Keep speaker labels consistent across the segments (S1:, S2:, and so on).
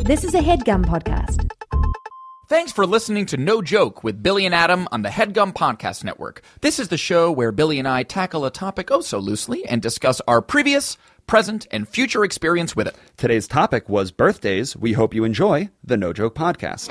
S1: This is a headgum podcast.
S2: Thanks for listening to No Joke with Billy and Adam on the HeadGum Podcast Network. This is the show where Billy and I tackle a topic oh so loosely and discuss our previous, present, and future experience with it.
S3: Today's topic was birthdays. We hope you enjoy the No Joke Podcast.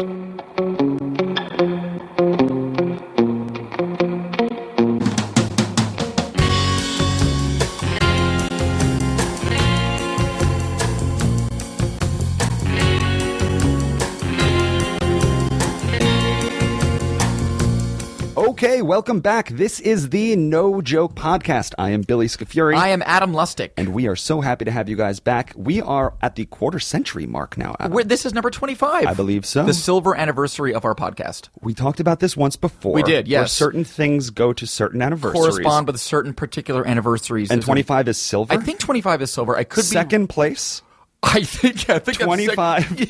S3: Okay, welcome back. This is the No Joke Podcast. I am Billy Scafuri.
S2: I am Adam Lustig.
S3: and we are so happy to have you guys back. We are at the quarter century mark now. Adam.
S2: We're, this is number 25.
S3: I believe so.
S2: The silver anniversary of our podcast.
S3: we talked about this once before.
S2: We did,
S3: where
S2: yes.
S3: certain things go to certain anniversaries.
S2: Correspond with certain particular anniversaries.
S3: and
S2: There's a-
S3: 25 is silver.
S2: I think 25 is silver. I could
S3: second
S2: be.
S3: place.
S2: I think, I think I'm sec-
S3: 25,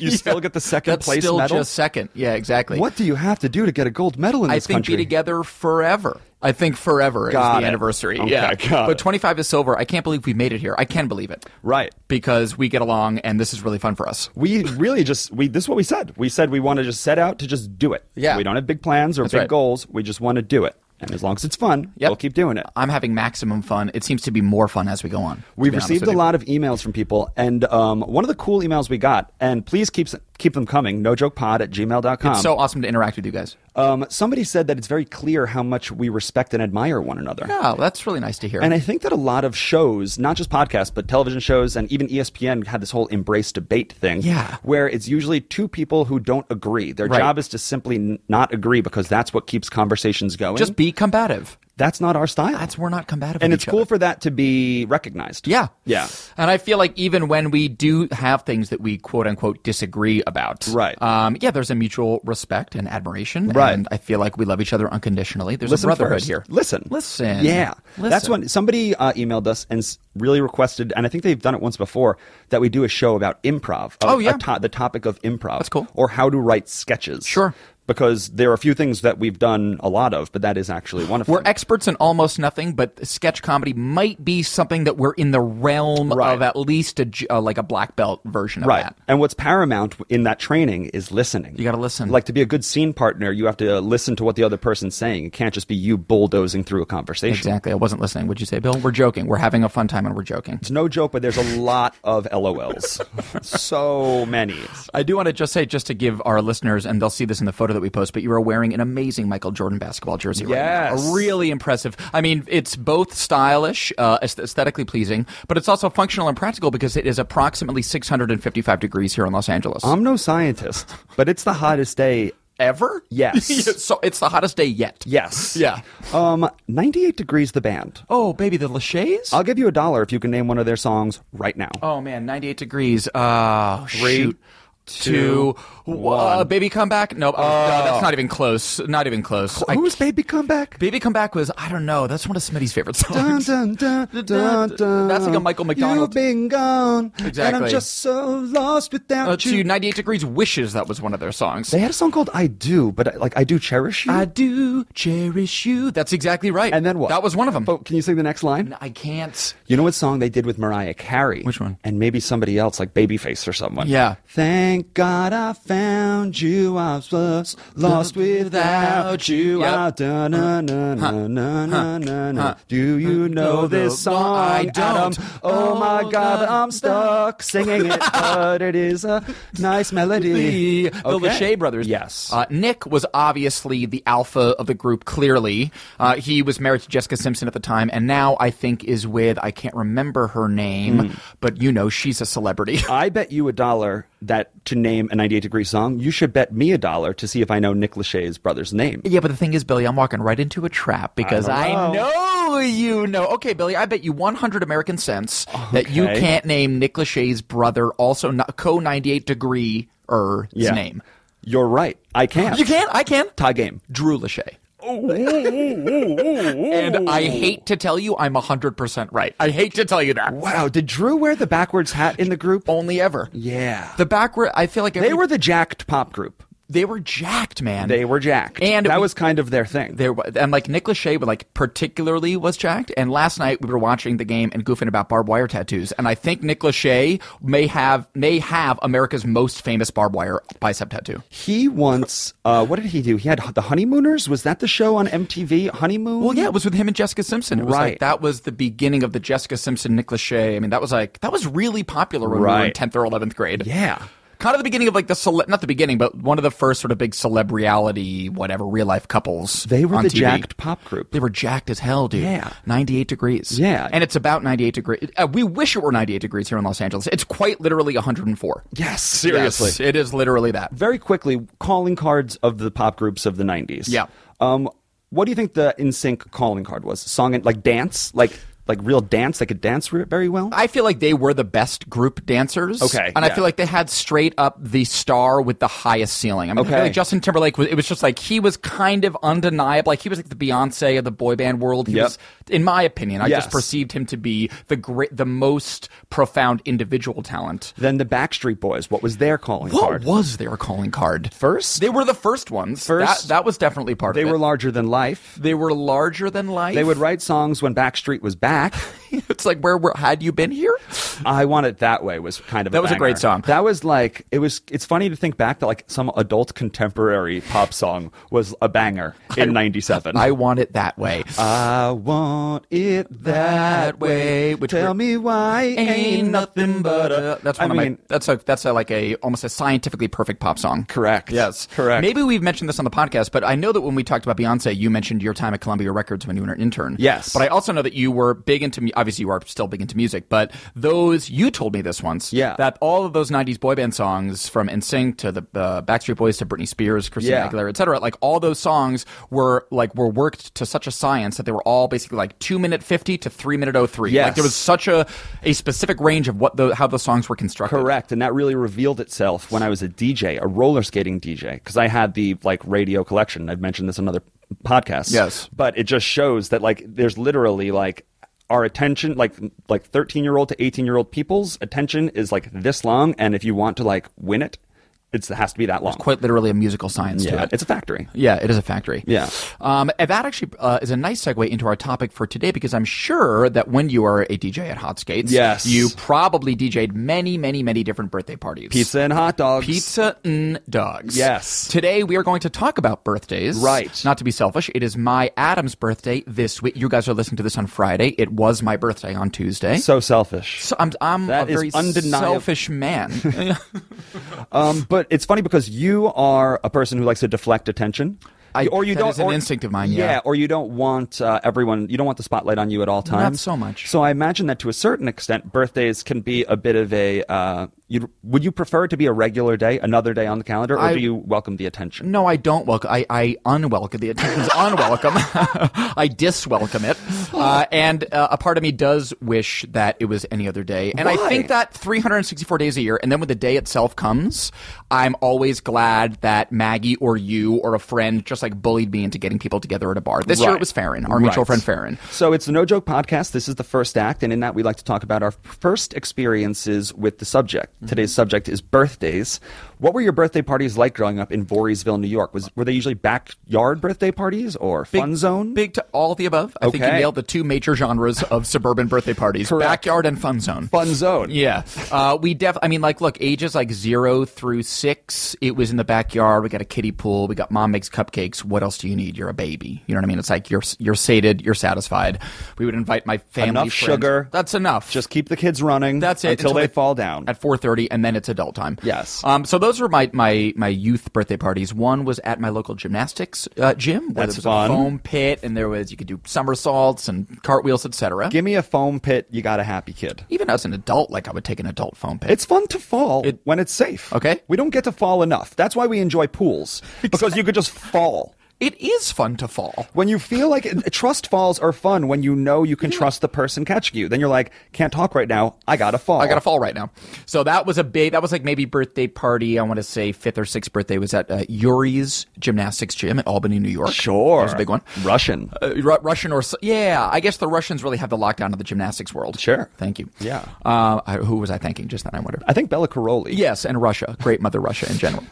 S3: you still get the second
S2: That's
S3: place
S2: still
S3: medal?
S2: just second. Yeah, exactly.
S3: What do you have to do to get a gold medal in
S2: I
S3: this
S2: think
S3: country?
S2: be together forever. I think forever
S3: Got
S2: is the
S3: it.
S2: anniversary.
S3: Okay,
S2: yeah,
S3: got
S2: but
S3: it.
S2: 25 is silver. I can't believe we made it here. I can believe it.
S3: Right.
S2: Because we get along and this is really fun for us.
S3: we really just we this is what we said. We said we want to just set out to just do it.
S2: Yeah.
S3: We don't have big plans or big
S2: right.
S3: goals. We just want to do it. And as long as it's fun,
S2: Yep.
S3: we'll keep doing it.
S2: I'm having maximum fun. It seems to be more fun as we go on. to
S3: We've
S2: be honest
S3: received
S2: with
S3: a
S2: you.
S3: lot of emails from people, and um, one of the cool emails we got, and please keep keep them coming, nojokepod at gmail.com.
S2: It's so awesome to interact with you guys.
S3: um, somebody said that it's very clear how much we respect and admire one another.
S2: Yeah, that's really nice to hear.
S3: And I think that a lot of shows, not just podcasts, but television shows and even E ESPN had this whole embrace debate thing.
S2: Yeah.
S3: Where it's usually two people who don't agree. Their
S2: Right.
S3: job is to simply n- not agree because that's what keeps conversations going.
S2: Just be combative.
S3: that's not our style.
S2: That's we're not combative.
S3: and
S2: with
S3: it's
S2: each
S3: cool
S2: other.
S3: for that to be recognized.
S2: Yeah.
S3: Yeah.
S2: And I feel like even when we do have things that we quote unquote disagree about,
S3: Right.
S2: Um, yeah, there's a mutual respect and admiration.
S3: Right.
S2: And I feel like we love each other unconditionally. There's a
S3: Listen
S2: brotherhood
S3: first.
S2: here.
S3: Listen.
S2: Listen.
S3: Yeah. That's
S2: Listen.
S3: when somebody uh, emailed us and s- really requested, and I think they've done it once before, that we do a show about improv. of
S2: Oh, yeah.
S3: a to- the topic of improv.
S2: That's cool.
S3: Or how to write sketches.
S2: Sure.
S3: Because there are a few things that we've done a lot of, but that is actually one of
S2: We're
S3: them.
S2: experts in almost nothing, but sketch comedy might be something that we're in the realm
S3: Right.
S2: of at least a j- uh, like a black belt version of
S3: Right.
S2: that.
S3: And what's paramount in that training is listening.
S2: You gotta listen.
S3: Like to be a good scene partner, you have to listen to what the other person's saying. It can't just be you bulldozing through a conversation.
S2: Exactly. I wasn't listening. Would you say, Bill? We're joking. We're having a fun time and we're joking.
S3: It's no joke, but there's a lot of LOLs. so many.
S2: I do want to just say, just to give our listeners, and they'll see this in the photo that we post, but you are wearing an amazing Michael Jordan basketball jersey right now.
S3: Yes.
S2: A Really impressive. I mean, it's both stylish, uh, aes- aesthetically pleasing, but it's also functional and practical because it is approximately 655 degrees here in Los Angeles.
S3: I'm no scientist, but it's the hottest day.
S2: Ever?
S3: Yes.
S2: so it's the hottest day yet.
S3: Yes.
S2: Yeah.
S3: Um, 98 Degrees, the band.
S2: Oh, baby, the Lachey's?
S3: I'll give you a dollar if you can name one of their songs right now.
S2: oh, man, 98 degrees. Uh, shoot.
S3: two,
S2: Two, one. baby, come back. Nope, oh, no, that's not even close. Not even close. I
S3: Who's Baby Come Back?
S2: Baby Come Back was, I don't know, that's one of Smitty's favorite
S3: Dun,
S2: songs. Uh,
S3: dun, dun, dun, dun.
S2: That's like a Michael
S3: You've
S2: McDonald.
S3: been gone, and I'm
S2: Exactly.
S3: just so lost without
S2: Uh,
S3: you.
S2: to 98 Degrees Wishes, that was one of their songs.
S3: They had a song called "I Do," but like "I Do Cherish You,"
S2: I do cherish you. That's exactly right.
S3: and then what?
S2: That was one of them.
S3: But can you sing the next line?
S2: I can't.
S3: You know what song they did with Mariah Carey?
S2: Which one?
S3: And maybe somebody else, like Babyface or someone.
S2: Yeah.
S3: Thank God I found you. I was lost without you.
S2: Yep.
S3: I- da- na- na- na- na- na- na- na. Do you know this
S2: No,
S3: song?
S2: I don't.
S3: Adam? Oh my
S2: Oh,
S3: God, but
S2: no,
S3: I'm stuck singing it, but it is a nice melody.
S2: The, the
S3: Okay.
S2: Lachey brothers.
S3: Yes.
S2: Uh, Nick was obviously the alpha of the group, clearly. Uh, he was married to Jessica Simpson at the time, and now I think is with, I can't remember her name,
S3: Hmm.
S2: but you know, she's a celebrity.
S3: I bet you a dollar that to name a 98 Degree song, you should bet me a dollar to see if I know Nick Lachey's brother's name.
S2: Yeah, but the thing is, Billy, I'm walking right into a trap because
S3: don't
S2: I,
S3: know. Oh.
S2: know you know. Okay, Billy, I bet you 100 American cents that you
S3: Okay.
S2: can't name Nick Lachey's brother, also co 98 degree er
S3: Yeah.
S2: name.
S3: You're right. I can't.
S2: You can, I can.
S3: Tie game.
S2: Drew Lachey. and I hate to tell you, I'm 100% right. I hate to tell you that.
S3: Wow. Did Drew wear the
S2: Oh.
S3: backwards hat in the group?
S2: Only ever.
S3: Yeah.
S2: The backward, I feel like
S3: they
S2: every-
S3: were the jacked pop group.
S2: they were jacked, man.
S3: They were jacked.
S2: And
S3: that
S2: we-
S3: was kind of their thing.
S2: there wa- and like Nick Lachey but like particularly was jacked and last night we were watching the game and goofing about barbed wire tattoos and I think Nick Lachey may have may have America's most famous barbed wire bicep tattoo.
S3: he once, uh, what did he do? He had The Honeymooners? Was that the show on MTV? Honeymoon?
S2: Well yeah, it was with him and Jessica Simpson. It was like
S3: Right.
S2: that was the beginning of the Jessica Simpson Nick Lachey. I mean that was like that was really popular when we were in
S3: Right.
S2: 10th or 11th grade.
S3: Yeah.
S2: Kind of the beginning of like the cele- not the beginning but one of the first sort of big celebrity whatever real life couples
S3: They were
S2: on
S3: the
S2: TV.
S3: jacked pop group.
S2: They were jacked as hell, dude.
S3: Yeah.
S2: 98 degrees.
S3: Yeah.
S2: And it's about 98 degrees. Uh, we wish it were 98 degrees here in Los Angeles. It's quite literally 104.
S3: yes.
S2: Yes, it is literally that.
S3: Very quickly, calling cards of the pop groups of the 90s.
S2: Yeah.
S3: Um, what do you think the In Sync calling card was? Song and like dance? Like like real dance? They could dance re- very well?
S2: I feel like they were the best group dancers.
S3: Okay,
S2: And I
S3: yeah.
S2: feel like they had straight up the star with the highest ceiling. I mean, I feel
S3: Okay.
S2: like Justin Timberlake was, it was just like, he was kind of undeniable. Like, he was like the Beyonce of the boy band world. He
S3: Yep.
S2: was, in my opinion, I just
S3: Yes.
S2: perceived him to be the great, the most profound individual talent.
S3: then the Backstreet Boys. What was their calling
S2: What
S3: card?
S2: was their calling card?
S3: First,
S2: They were the first ones.
S3: First-
S2: that, that was definitely part
S3: they
S2: of it.
S3: were larger than life.
S2: they were larger than life.
S3: They would write songs when Backstreet was back.
S2: it's like where, where had you been here?
S3: I Want It That Way was kind of
S2: That was a
S3: banger.
S2: great song.
S3: That was like it was. It's funny to think back that like some adult contemporary pop song was a banger in '97.
S2: I want it that way.
S3: Uh, I want it that way.
S2: Which we're-
S3: Tell me why ain't nothing but a.
S2: that's
S3: I
S2: one of
S3: mean,
S2: my. That's a that's a, like a almost a scientifically perfect pop song.
S3: Correct.
S2: Yes.
S3: Correct.
S2: Maybe we've mentioned this on the podcast, but I know that when we talked about Beyonce, you mentioned your time at Columbia Records when you were an intern.
S3: Yes.
S2: But I also know that you were big into mu- obviously you are still big into music, but those you told me this once.
S3: Yeah.
S2: That all of those '90s boy band songs from NSYNC to the uh, Backstreet Boys to Britney Spears, Christina
S3: Yeah.
S2: Aguilera, etc. Like all those songs were like were worked to such a science that they were all basically like two minute fifty to three minute oh three. Like
S3: Yes.
S2: there was such a a specific range of what the how the songs were constructed.
S3: Correct, and that really revealed itself when I was a DJ, a roller skating DJ, because I had the like radio collection. I've mentioned this in other podcasts.
S2: Yes.
S3: but it just shows that like there's literally like our attention, like like 13 year old to 18 year old people's attention is like this long, and if you want to like win it, it's, it has to be that long.
S2: Quite literally a musical science to
S3: yeah,
S2: it.
S3: it's a factory.
S2: Yeah, it is a factory.
S3: Yeah.
S2: Um, and that actually uh, is a nice segue into our topic for today because I'm sure that when you are a DJ at Hot Skates,
S3: Yes.
S2: you probably DJ'd many, many, many different birthday parties.
S3: Pizza and hot dogs.
S2: Pizza and dogs.
S3: Yes.
S2: Today we are going to talk about birthdays.
S3: Right.
S2: Not to be selfish, it is my Adam's birthday this week. You guys are listening to this on Friday. It was my birthday on Tuesday.
S3: So selfish.
S2: So I'm, I'm
S3: That
S2: a
S3: is
S2: very
S3: undeniable.
S2: selfish man.
S3: Um, but it's funny because you are a person who likes to deflect attention.
S2: I-
S3: or you
S2: that
S3: don't.
S2: is an
S3: or-
S2: instinct of mine, yeah.
S3: or you don't want uh, everyone. You don't want the spotlight on you at all times.
S2: so much.
S3: So I imagine that to a certain extent, birthdays can be a bit of a. Uh, you'd, would you prefer it to be a regular day, another day on the calendar, or
S2: I-
S3: do you welcome the attention?
S2: No, I don't welcome. I, I unwelcome. The attention's unwelcome. I diswelcome it. Uh, and uh, a part of me does wish that it was any other day. And I
S3: Why?
S2: think that 364 days a year, and then when the day itself comes, I'm always glad that Maggie or you or a friend just like bullied me into getting people together at a bar. This year
S3: Right.
S2: it was Farron, our mutual friend
S3: Right.
S2: Farron.
S3: So it's the No Joke Podcast. This is the first act, and in that we like to talk about our first experiences with the subject.
S2: Mm-hmm.
S3: Today's subject is birthdays. What were your birthday parties like growing up in Voorheesville, New York? Was were they usually backyard birthday parties or fun zone?
S2: Big to all of the above. I think you
S3: Okay.
S2: nailed the two major genres of suburban birthday parties
S3: Correct.
S2: backyard and fun zone.
S3: fun zone.
S2: Yeah. Uh, we def I mean like look, ages like zero through six, it was in the backyard, we got a kiddie pool, we got mom makes cupcakes. What else do you need? You're a baby. You know what I mean? It's like you're you're sated, you're satisfied. We would invite my family.
S3: Enough
S2: friends.
S3: sugar.
S2: That's enough.
S3: Just keep the kids running.
S2: that's it
S3: until, they, fall down.
S2: at 4:30, and then it's adult time.
S3: Yes.
S2: Um. So those were my my my youth birthday parties. One was at my local gymnastics uh, gym, where
S3: That's
S2: there was
S3: fun.
S2: a foam pit, and there was you could do somersaults and cartwheels, etc.
S3: Give me a foam pit. You got a happy kid.
S2: Even as an adult, like I would take an adult foam pit.
S3: It's fun to fall when it's safe.
S2: Okay.
S3: We don't get to fall enough. That's why we enjoy pools because you could just fall.
S2: It is fun to fall.
S3: When you feel like trust falls are fun when you know you can trust the person catching you, then you're like, can't talk right now. I gotta fall.
S2: I gotta fall right now. So that was a big. That was like maybe birthday party. I want to say fifth or sixth birthday was at uh, Yuri's gymnastics gym in Albany, New York.
S3: Sure.
S2: that was a big one.
S3: Russian.
S2: Uh, Ru- Russian or yeah, I guess the Russians really have the lockdown of the gymnastics world.
S3: Sure.
S2: Thank you.
S3: Yeah.
S2: Uh, I, who was I thanking just then? I wonder.
S3: I think Bella Caroli.
S2: Yes, and Russia, Great Mother Russia in general.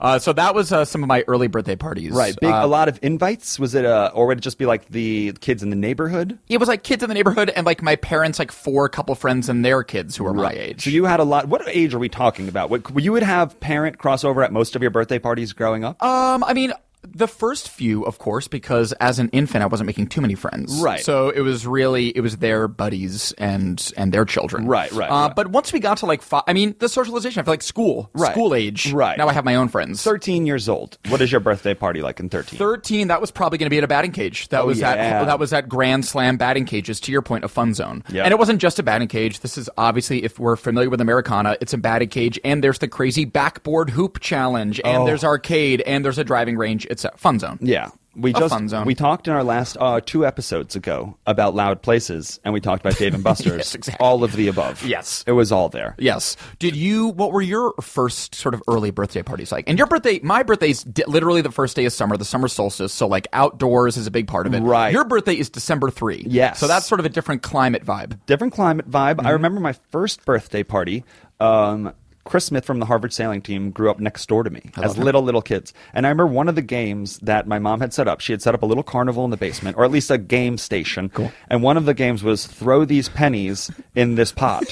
S2: Uh, so that was uh, some of my early birthday parties.
S3: Right. Big,
S2: Uh,
S3: a lot of invites. Was it, uh, or would it just be like the kids in the neighborhood?
S2: it was like kids in the neighborhood and like my parents, like four couple friends and their kids who were my age.
S3: So you had a lot. What age are we talking about? What, you would have parent crossover at most of your birthday parties growing up?
S2: Um, I mean, the first few, of course, because as an infant, I wasn't making too many friends.
S3: Right.
S2: So it was really it was their buddies and and their children.
S3: Right, right,
S2: Uh,
S3: right.
S2: But once we got to like five, I mean, the socialization. I feel like school,
S3: Right,
S2: school age.
S3: right.
S2: Now I have my own friends.
S3: 13 years old. What is your birthday party like in 13?
S2: Thirteen. That was probably going to be at a batting cage. That
S3: Oh,
S2: was
S3: yeah.
S2: that. That was that Grand Slam batting cages. To your point, a fun zone.
S3: Yeah.
S2: And it wasn't just a batting cage. This is obviously, if we're familiar with Americana, it's a batting cage, and there's the crazy backboard hoop challenge, and
S3: Oh.
S2: there's arcade, and there's a driving range. It's a fun zone.
S3: Yeah. We
S2: A
S3: just
S2: fun zone.
S3: we talked in our last uh, two episodes ago about loud places, and we talked about Dave and Buster's.
S2: Yes, exactly.
S3: All of the above.
S2: Yes.
S3: it was all there.
S2: Yes. Did you? What were your first sort of early birthday parties like? And your birthday, my birthday's di- literally the first day of summer, the summer solstice. So like outdoors is a big part of it.
S3: Right.
S2: Your birthday is December three.
S3: Yes.
S2: So that's sort of a different climate vibe.
S3: Different climate vibe. I remember my first birthday party. Um, Chris Smith from the Harvard sailing team grew up next door to me as little little kids, and I remember one of the games that my mom had set up. She had set up a little carnival in the basement, or at least a game station. Cool. And one of the games was throw these pennies in this pot.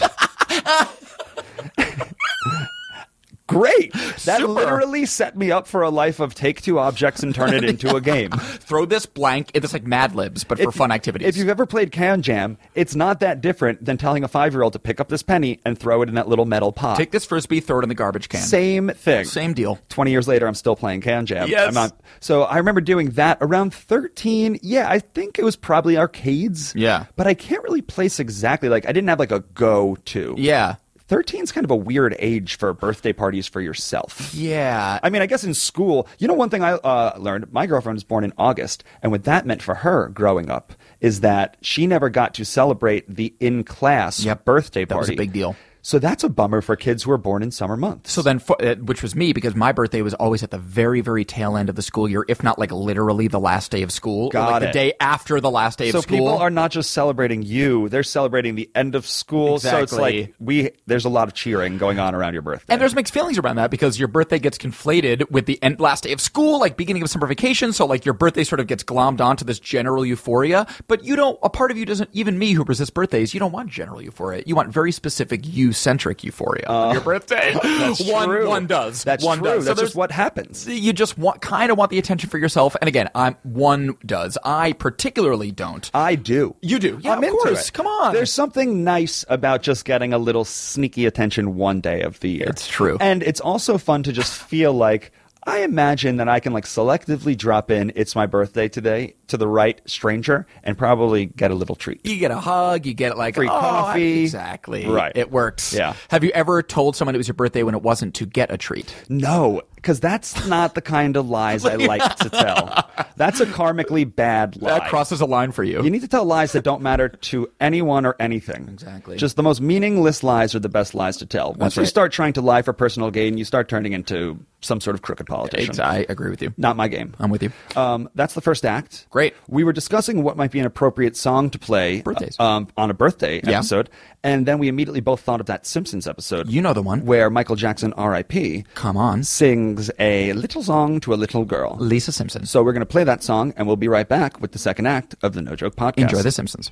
S3: Great! That
S2: Super.
S3: literally set me up for a life of take two objects and turn it into a game.
S2: Throw this blank. It's like Mad Libs, but for fun activities.
S3: If you've ever played Can Jam, it's not that different than telling a five year old to pick up this penny and throw it in that little metal pot.
S2: take this frisbee, throw it in the garbage can.
S3: Same thing.
S2: Same deal.
S3: 20 years later, I'm still playing Can Jam.
S2: Yes.
S3: I'm not, so I remember doing that around 13. Yeah, I think it was probably arcades.
S2: Yeah.
S3: But I can't really place exactly. Like, I didn't have like a go to.
S2: Yeah.
S3: 13 is kind of a weird age for birthday parties for yourself.
S2: Yeah.
S3: I mean, I guess in school, you know, one thing I uh, learned my girlfriend was born in August, and what that meant for her growing up is that she never got to celebrate the in class
S2: Yep.
S3: birthday
S2: That
S3: party.
S2: was a big deal.
S3: So that's a bummer for kids who are born in summer months.
S2: So then, for, uh, which was me because my birthday was always at the very, very tail end of the school year, if not like literally the last day of school, or like
S3: Got
S2: the
S3: it.
S2: day after the last day
S3: So
S2: of school.
S3: people are not just celebrating you; they're celebrating the end of school. So
S2: Exactly.
S3: it's like we there's a lot of cheering going on around your birthday.
S2: And there's mixed feelings around that because your birthday gets conflated with the end last day of school, like beginning of summer vacation. So like your birthday sort of gets glommed onto this general euphoria. But you don't. A part of you doesn't. Even me, who resists birthdays, you don't want general euphoria. You want very specific you-centric euphoria. on your birthday.
S3: Uh, That's
S2: one
S3: true.
S2: one does.
S3: That's
S2: one
S3: true.
S2: Does. So
S3: That's
S2: there's-
S3: just what happens.
S2: you just want kind of want the attention for yourself. And again, I'm one does. I particularly don't.
S3: I do.
S2: You do. Yeah,
S3: I'm
S2: of
S3: into
S2: course.
S3: it.
S2: Come on.
S3: There's something nice about just getting a little sneaky attention one day of the year.
S2: It's true.
S3: And it's also fun to just feel like I imagine that I can like selectively drop in it's my birthday today to the right stranger and probably get a little treat.
S2: you get a hug, you get like
S3: Free
S2: "Oh, I-"
S3: coffee.
S2: exactly.
S3: Right.
S2: It works.
S3: Yeah.
S2: Have you ever told someone it was your birthday when it wasn't to get a treat?
S3: No, cuz that's not the kind of lies I like to tell. That's a karmically bad lie.
S2: That crosses a line for you.
S3: You need to tell lies that don't matter to anyone or anything.
S2: Exactly.
S3: Just the most meaningless lies are the best lies to tell. Once
S2: That's
S3: you
S2: right.
S3: start trying to lie for personal gain, you start turning into some sort of crooked politician.
S2: Ex- I agree with you.
S3: Not my game.
S2: I'm with you.
S3: Um, that's the first act.
S2: Great.
S3: We were discussing what might be an appropriate song to play
S2: Birthdays.
S3: uh, um, on a birthday
S2: Yeah.
S3: episode, and then we immediately both thought of that Simpsons episode.
S2: You know the one.
S3: where Michael Jackson, R.I.P.,
S2: Come on.
S3: sings a little song to a little girl.
S2: Lisa Simpson.
S3: So we're going to play that song, and we'll be right back with the second act of the No Joke Podcast.
S2: enjoy The Simpsons.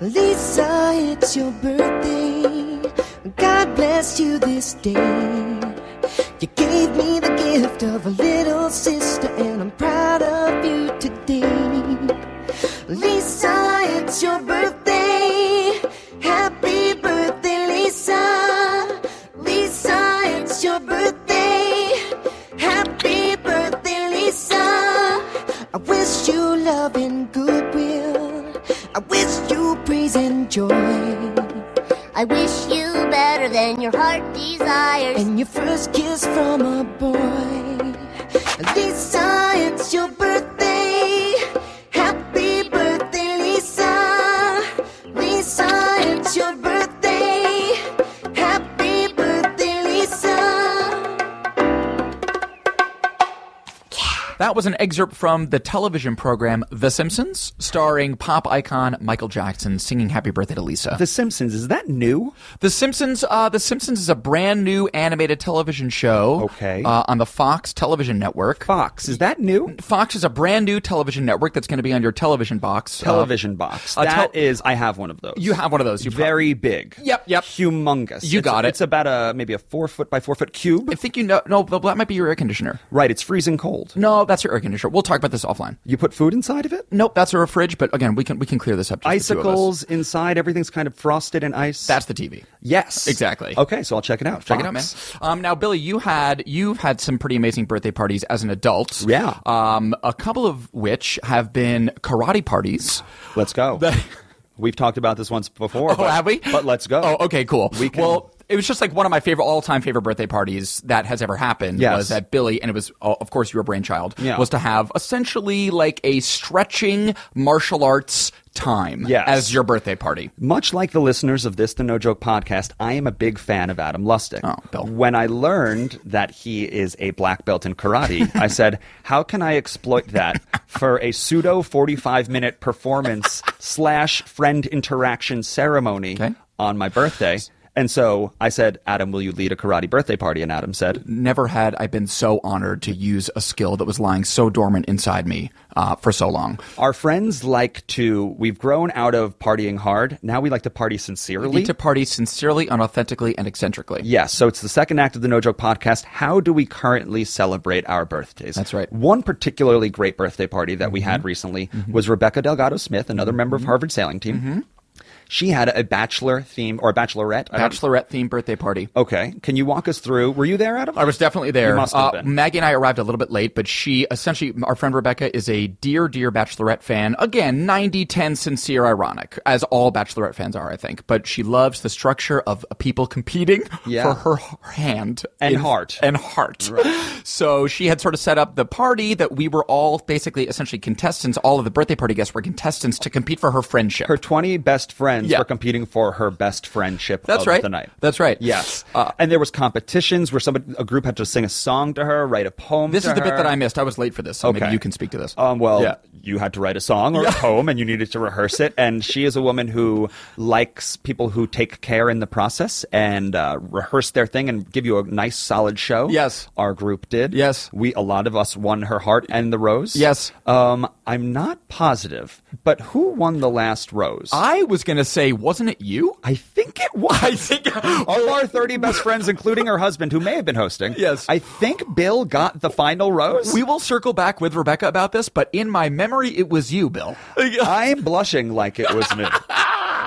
S4: Lisa, it's your birthday. God bless you this day. You gave me the gift of a little sister, and I'm proud of you today. Lisa, it's your birthday. Happy birthday, Lisa. Lisa, it's your birthday. Happy birthday, Lisa. I wish you love and goodwill. I wish you praise and joy.
S5: I wish you better than your heart desires.
S4: And your first kiss from a boy. Lisa, it's your birthday. Happy birthday, Lisa. Lisa, it's your birthday. Happy birthday, Lisa.
S2: That was an excerpt from the television program The Simpsons, starring pop icon Michael Jackson singing Happy Birthday to Lisa.
S3: The Simpsons, is that new?
S2: The Simpsons. Uh, the Simpsons is a brand new animated television show.
S3: Okay.
S2: Uh, on the Fox television network.
S3: Fox, is that new?
S2: Fox is a brand new television network that's going to be on your television box. Uh,
S3: Television box.
S2: a
S3: That is,
S2: tel-
S3: I have one of those.
S2: you have one of those. You prob-
S3: very big.
S2: Yep, yep.
S3: Humongous.
S2: You
S3: It's-
S2: got it.
S3: It's about a maybe a four foot by four foot cube.
S2: I think you know. No, but that might be your air conditioner.
S3: right. It's freezing cold.
S2: No, that's your air conditioner. We'll talk about this offline.
S3: You put food inside of it.
S2: Nope, that's a fridge. But again, we can we can clear this up. Just the two of us.
S3: Icicles inside. Everything's kind of frosted and ice.
S2: That's the TV.
S3: yes.
S2: Exactly.
S3: Okay, so I'll check it out.
S2: Check it out, man.
S3: Fox.
S2: Um, now, Billy, you had you've had some pretty amazing birthday parties as an adult.
S3: Yeah.
S2: Um, a couple of which have been karate parties.
S3: Let's go.
S2: The-
S3: We've talked about this once before.
S2: Oh,
S3: but,
S2: have we?
S3: But let's go.
S2: Oh, okay, cool.
S3: We can-
S2: Well, it was just like one of my favorite all-time favorite birthday parties that has ever happened
S3: Yes.
S2: was at Billy, and it was oh, of course your brainchild
S3: Yeah.
S2: was to have essentially like a stretching martial arts time
S3: Yes.
S2: as your birthday party.
S3: Much like the listeners of this The No Joke podcast, I am a big fan of Adam Lustig.
S2: Oh, Bill.
S3: When I learned that he is a black belt in karate, I said, how can I exploit that for a pseudo 45 minute performance slash friend interaction ceremony
S2: Okay.
S3: on my birthday? And so I said, Adam, will you lead a karate birthday party? And Adam said,
S2: Never had I been so honored to use a skill that was lying so dormant inside me uh, for so long.
S3: Our friends like to, we've grown out of partying hard. Now we like to party sincerely.
S2: Need to party sincerely, unauthentically, and eccentrically.
S3: Yes, so it's the second act of the No Joke podcast. How do we currently celebrate our birthdays?
S2: That's right. Mm-hmm.
S3: One particularly great birthday party that we had recently was Rebecca Delgado Smith, another member of Harvard sailing team.
S2: Mm-hmm.
S3: She had a bachelor theme or a bachelorette. I don't-
S2: Bachelorette themed birthday party.
S3: Okay, can you walk us through? Were you there, Adam?
S2: I was definitely there.
S3: You must have
S2: uh,
S3: been.
S2: Maggie and I arrived a little bit late, but she essentially, our friend Rebecca is a dear, dear Bachelorette fan. Again, 90 10 sincere, ironic, as all Bachelorette fans are, I think. But she loves the structure of people competing for
S3: Yeah.
S2: her h- hand
S3: And
S2: in-
S3: heart.
S2: And heart. So she had sort of set up the party that we were all basically essentially contestants. All of the birthday party guests were contestants to compete for her friendship.
S3: her 20 best friends
S2: Yeah.
S3: were competing for her best friendship
S2: That's
S3: of
S2: right.
S3: the night.
S2: That's right.
S3: Yes.
S2: Uh,
S3: and there was competitions where somebody a group had to sing a song to her, write a poem
S2: this
S3: to
S2: is the bit
S3: her.
S2: that I missed. I was late for this, so maybe
S3: Okay.
S2: you can speak to this.
S3: Um, well,
S2: Yeah.
S3: you had to write a song or a poem and you needed to rehearse it. And she is a woman who likes people who take care in the process and uh, rehearse their thing and give you a nice, solid show.
S2: Yes.
S3: Our group did.
S2: Yes.
S3: We, a lot of us won her heart and the rose.
S2: Yes.
S3: Um, I'm not positive, but who won the last rose?
S2: I was going to say, wasn't it you?
S3: I think it was.
S2: I think-
S3: all our 30 best friends, including her husband, who may have been hosting.
S2: Yes.
S3: I think Bill got the final rose.
S2: We will circle back with Rebecca about this, but in my memory, it was you, Bill.
S3: I'm blushing like it was me.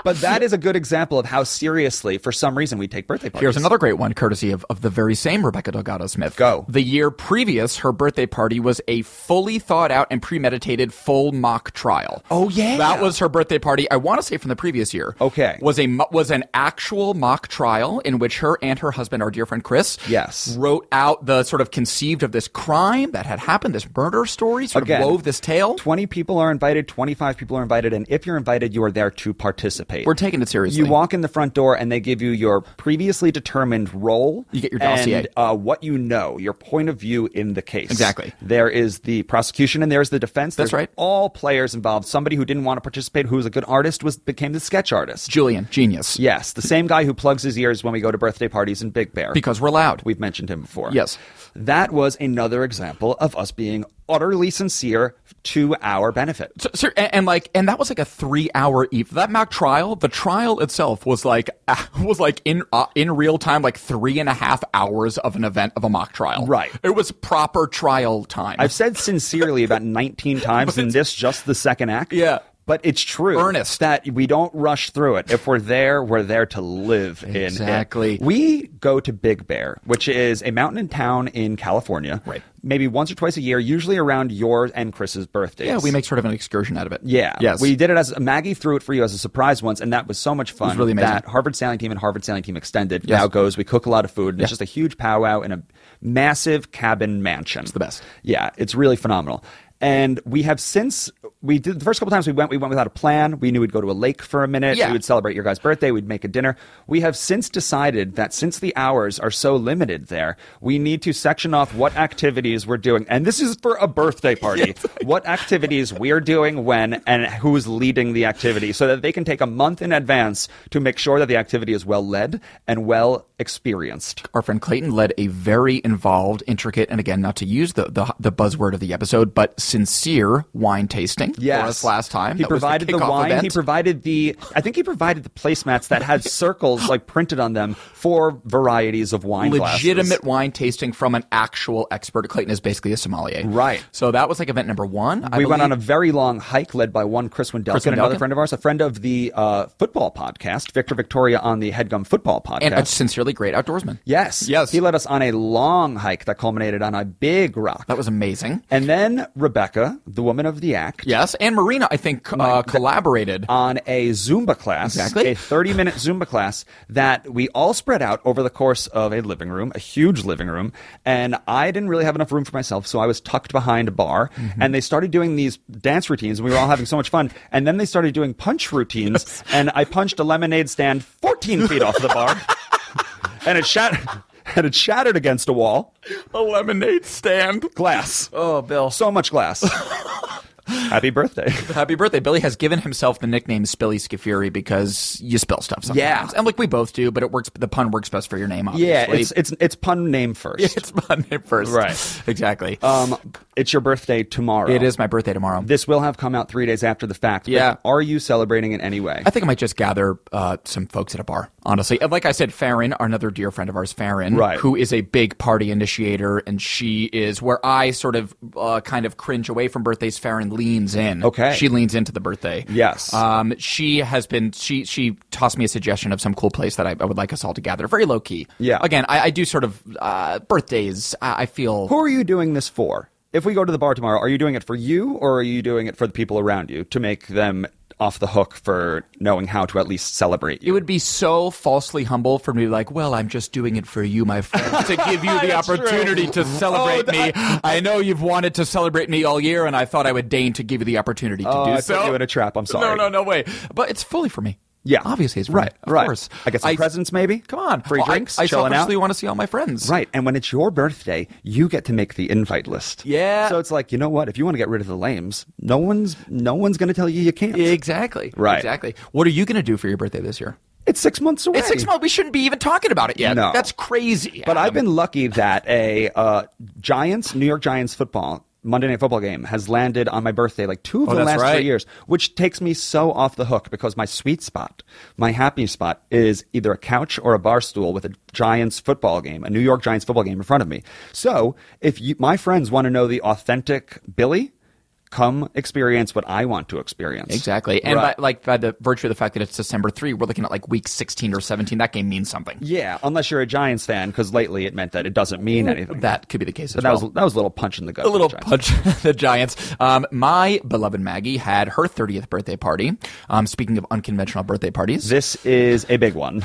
S3: But that is a good example of how seriously, for some reason, we take birthday parties.
S2: Here's another great one, courtesy of, of the very same Rebecca Delgado Smith.
S3: Go.
S2: The year previous, her birthday party was a fully thought out and premeditated full mock trial.
S3: Oh, yeah.
S2: that was her birthday party. I want to say from the previous year.
S3: Okay.
S2: was a mo- was an actual mock trial in which her and her husband, our dear friend Chris,
S3: Yes.
S2: wrote out the sort of conceived of this crime that had happened, this murder story, sort
S3: Again,
S2: of wove this tale.
S3: 20 people are invited, 25 people are invited, and if you're invited, you are there to participate.
S2: We're taking it seriously.
S3: You walk in the front door, and they give you your previously determined role.
S2: You get your
S3: and,
S2: dossier.
S3: uh, what you know, your point of view in the case.
S2: Exactly.
S3: There is the prosecution, and there's the defense.
S2: That's
S3: There's
S2: right.
S3: All players involved. Somebody who didn't want to participate, who was a good artist, was became the sketch artist.
S2: Julian, genius.
S3: Yes, the same guy who plugs his ears when we go to birthday parties in Big Bear.
S2: Because we're loud.
S3: We've mentioned him before.
S2: Yes.
S3: That was another example of us being utterly sincere to our benefit.
S2: So, so- and, and like, and that was like a three-hour eve. That mock trial, the trial itself was like was like in uh, in real time, like three and a half hours of an event of a mock trial.
S3: Right.
S2: It was proper trial time.
S3: I've said sincerely about 19 times in this just the second act.
S2: Yeah.
S3: But it's true,
S2: Earnest.
S3: that we don't rush through it. If we're there, we're there to live in it.
S2: Exactly.
S3: We go to Big Bear, which is a mountain and town in California.
S2: Right.
S3: Maybe once or twice a year, usually around your and Chris's birthdays.
S2: Yeah, we make sort of an excursion out of it.
S3: Yeah.
S2: Yes.
S3: We did it as Maggie threw it for you as a surprise once, and that was so much fun.
S2: was really amazing.
S3: That Harvard Sailing Team and Harvard Sailing Team Extended
S2: Yes.
S3: now goes. We cook a lot of food, and
S2: Yeah.
S3: it's just a huge powwow in a massive cabin mansion. It's
S2: the best.
S3: Yeah, it's really phenomenal. And we have since we did the first couple times we went, we went without a plan. We knew we'd go to a lake for a minute.
S2: Yeah.
S3: We would celebrate your guy's birthday. We'd make a dinner. We have since decided that since the hours are so limited there, we need to section off what activities we're doing. And this is for a birthday party. What activities we're doing when and who's leading the activity so that they can take a month in advance to make sure that the activity is well led and well experienced.
S2: our friend Clayton led a very involved, intricate, and again, not to use the the, the buzzword of the episode, but sincere wine tasting for us last time.
S3: He
S2: That was
S3: provided the,
S2: kickoff
S3: wine.
S2: event.
S3: He provided the. I think he provided the placemats that had circles like printed on them for varieties of wine. glasses.
S2: legitimate wine tasting from an actual expert. Clayton is basically a sommelier,
S3: Right.
S2: So that was like event number one. I
S3: we went on a
S2: believe.
S3: very long hike led by one Chris Wendelkin,
S2: Chris Wendelkin.
S3: another friend of ours, a friend of the uh, football podcast, Victor Victoria on the Headgum Football Podcast.
S2: and a sincerely great outdoorsman.
S3: yes,
S2: yes,
S3: He led us on a long hike that culminated on a big rock.
S2: that was amazing.
S3: and then Rebecca, the woman of the act,
S2: Yes, and Marina, I think, uh, collaborated.
S3: on a Zumba class,
S2: Exactly.
S3: a 30 minute Zumba class that we all spread out over the course of a living room, a huge living room. And I didn't really have enough room for myself, so I was tucked behind a bar.
S2: Mm-hmm.
S3: And they started doing these dance routines, and we were all having so much fun. And then they started doing punch routines, and I punched a lemonade stand 14 feet off the bar, and it shattered. And it shattered against a wall.
S2: a lemonade stand.
S3: Glass.
S2: Oh, Bill.
S3: So much glass. Happy birthday.
S2: Happy birthday. Billy has given himself the nickname Spilly Scafuri because you spill stuff sometimes.
S3: Yeah.
S2: And like we both do, but it works the pun works best for your name, obviously.
S3: Yeah, it's it's it's pun name first.
S2: it's pun name first.
S3: Right.
S2: Exactly.
S3: Um, it's your birthday tomorrow.
S2: it is my birthday tomorrow.
S3: This will have come out three days after the fact. but
S2: Yeah.
S3: Are you celebrating in any way?
S2: I think I might just gather uh, some folks at a bar, honestly. And Like I said, Farron, another dear friend of ours, Farron,
S3: Right.
S2: who is a big party initiator, and she is where I sort of uh, kind of cringe away from birthdays. Farron leans in.
S3: Okay.
S2: She leans into the birthday.
S3: Yes.
S2: Um, she has been, she she tossed me a suggestion of some cool place that I, I would like us all to gather. Very low key.
S3: Yeah.
S2: Again, I, I do sort of uh, birthdays. I, I feel.
S3: Who are you doing this for? If we go to the bar tomorrow, are you doing it for you or are you doing it for the people around you to make them off the hook for knowing how to at least celebrate
S2: It
S3: you?
S2: would be so falsely humble for me to be like, well, I'm just doing it for you, my friend, to give you the opportunity to
S3: Oh,
S2: celebrate me. I, know you've wanted to celebrate me all year, and I thought I would deign to give you the opportunity to
S3: Oh,
S2: do
S3: I put
S2: so.
S3: you in a trap. I'm sorry.
S2: No, no, no way. But it's fully for me.
S3: Yeah.
S2: Obviously, it's for
S3: right.
S2: me. Of
S3: right.
S2: course.
S3: I get some presents maybe?
S2: Come on.
S3: Free
S2: Well, I-
S3: drinks?
S2: I,
S3: chilling out?
S2: selfishly want to see all my friends.
S3: Right. And when it's your birthday, you get to make the invite list.
S2: Yeah.
S3: So it's like, you know what? If you want to get rid of the lames, no one's no one's gonna tell you you can't.
S2: Exactly.
S3: Right.
S2: Exactly. What are you going to do for your birthday this year?
S3: It's six months away.
S2: It's six months. We shouldn't be even talking about it yet.
S3: No.
S2: That's crazy.
S3: But I've
S2: Adam.
S3: been lucky that a uh, Giants, New York Giants football Monday Night Football game has landed on my birthday like two of
S2: Oh,
S3: the
S2: that's
S3: last
S2: right.
S3: three years, which takes me so off the hook because my sweet spot, my happy spot, is either a couch or a bar stool with a Giants football game, a New York Giants football game in front of me. So if you, my friends want to know the authentic Billy, come experience what I want to experience.
S2: Exactly, and
S3: Right.
S2: by, like by the virtue of the fact that it's December three, we're looking at like week sixteen or seventeen. That game means something.
S3: Yeah, unless you're a Giants fan, because lately it meant that it doesn't mean anything.
S2: That could be the case as
S3: But that
S2: well.
S3: was that was a little punch in the gut.
S2: a little
S3: for the Giants.
S2: punch the Giants. Um, my beloved Maggie had her thirtieth birthday party. Um, speaking of unconventional birthday parties,
S3: This is a big one.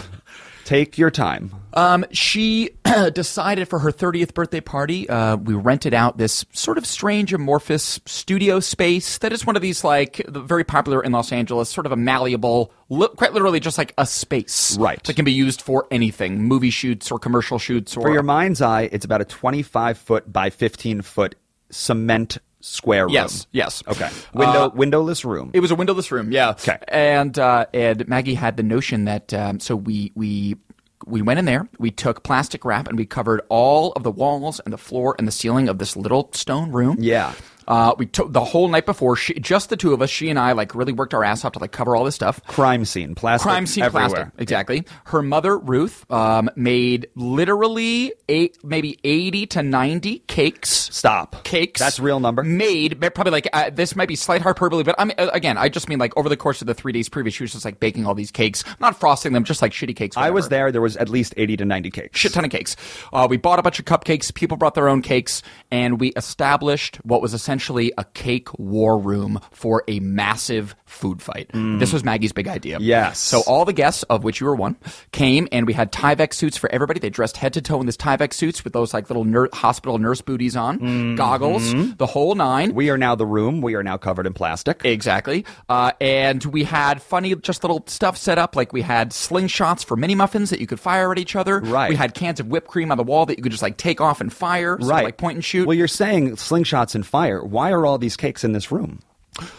S3: Take your time.
S2: Um, she decided for her 30th birthday party, uh, we rented out this sort of strange amorphous studio space that is one of these like the- very popular in Los Angeles, sort of a malleable, li- quite literally just like a space,
S3: Right.
S2: That can be used for anything, movie shoots or commercial shoots or
S3: For your mind's eye, it's about a 25 foot by 15 foot cement square room.
S2: Yes, yes.
S3: Okay. Window
S2: Uh,
S3: windowless room.
S2: It was a windowless room, yeah.
S3: Okay.
S2: And uh, and Maggie had the notion that um, so we we we went in there, we took plastic wrap, and we covered all of the walls and the floor and the ceiling of this little stone room.
S3: Yeah.
S2: Uh, we took the whole night before, she, just the two of us, she and I, like really worked our ass off to like cover all this stuff.
S3: Crime scene, plastic.
S2: Crime scene
S3: everywhere.
S2: plastic. Exactly. Her mother, Ruth, um, made literally eight, maybe 80 to 90 cakes
S3: Stop.
S2: cakes.
S3: That's real number.
S2: Made but probably like uh, this might be slight hyperbole, but I mean uh, again, I just mean like over the course of the three days previous, she was just like baking all these cakes, not frosting them, just like shitty cakes.
S3: I was
S2: whatever.
S3: there. There was at least eighty to ninety cakes.
S2: Shit ton of cakes. Uh, we bought a bunch of cupcakes. People brought their own cakes, and we established what was essentially a cake war room for a massive food fight. This was Maggie's big idea.
S3: Mm. Yes.
S2: So all the guests, of which you were one, came, and we had Tyvek suits for everybody. They dressed head to toe in this Tyvek suits with those like little ner- hospital nurse booties on,
S3: Mm-hmm.
S2: goggles, the whole nine.
S3: We are now the room. We are now covered in plastic.
S2: Exactly. Uh, and we had funny, just little stuff set up. Like we had slingshots for mini muffins that you could fire at each other.
S3: Right.
S2: We had cans of whipped cream on the wall that you could just like take off and fire. So,
S3: right.
S2: Like point and shoot.
S3: Well, you're saying slingshots and fire. Why are all these cakes in this room?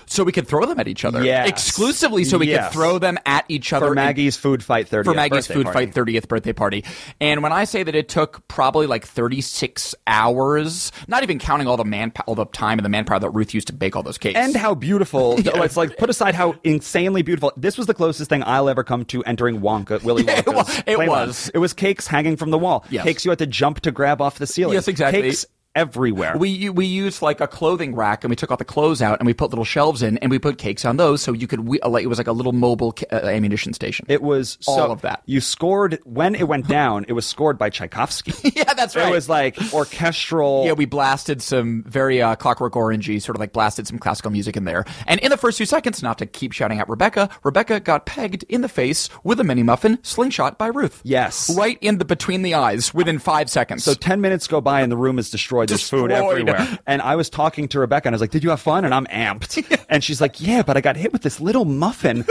S2: so we could throw them at each other.
S3: Yes.
S2: Exclusively so we could
S3: Yes.
S2: throw them at each other.
S3: For
S2: in-
S3: Maggie's food fight thirty.
S2: for Maggie's food fight 30th birthday party. And when I say that it took probably like 36 hours, not even counting all the man all the time and the manpower that Ruth used to bake all those cakes.
S3: And how beautiful! oh, It's like put aside how insanely beautiful. This was the closest thing I'll ever come to entering Wonka, Willy Wonka's.
S2: it was- it
S3: playland.
S2: was.
S3: It was cakes hanging from the wall.
S2: Yes.
S3: Cakes you had to jump to grab off the ceiling.
S2: Yes, exactly.
S3: Cakes everywhere.
S2: We u- we used like a clothing rack and we took all the clothes out and we put little shelves in and we put cakes on those so you could we, uh, like it was like a little mobile ca- uh, ammunition station.
S3: It was
S2: All
S3: so-
S2: of that.
S3: You scored when it went down. It was scored by Tchaikovsky.
S2: yeah, that's right.
S3: It was like orchestral.
S2: yeah, we blasted some very uh, Clockwork Orangey sort of like blasted some classical music in there. And in the first few seconds, not to keep shouting at Rebecca, Rebecca got pegged in the face with a mini muffin slingshot by Ruth.
S3: Yes.
S2: right in the between the eyes within five seconds.
S3: So 10 minutes go by and the room is destroyed. There's food
S2: Destroyed.
S3: everywhere. And I was talking to Rebecca and I was like, Did you have fun? And I'm amped. And she's like, Yeah, but I got hit with this little muffin.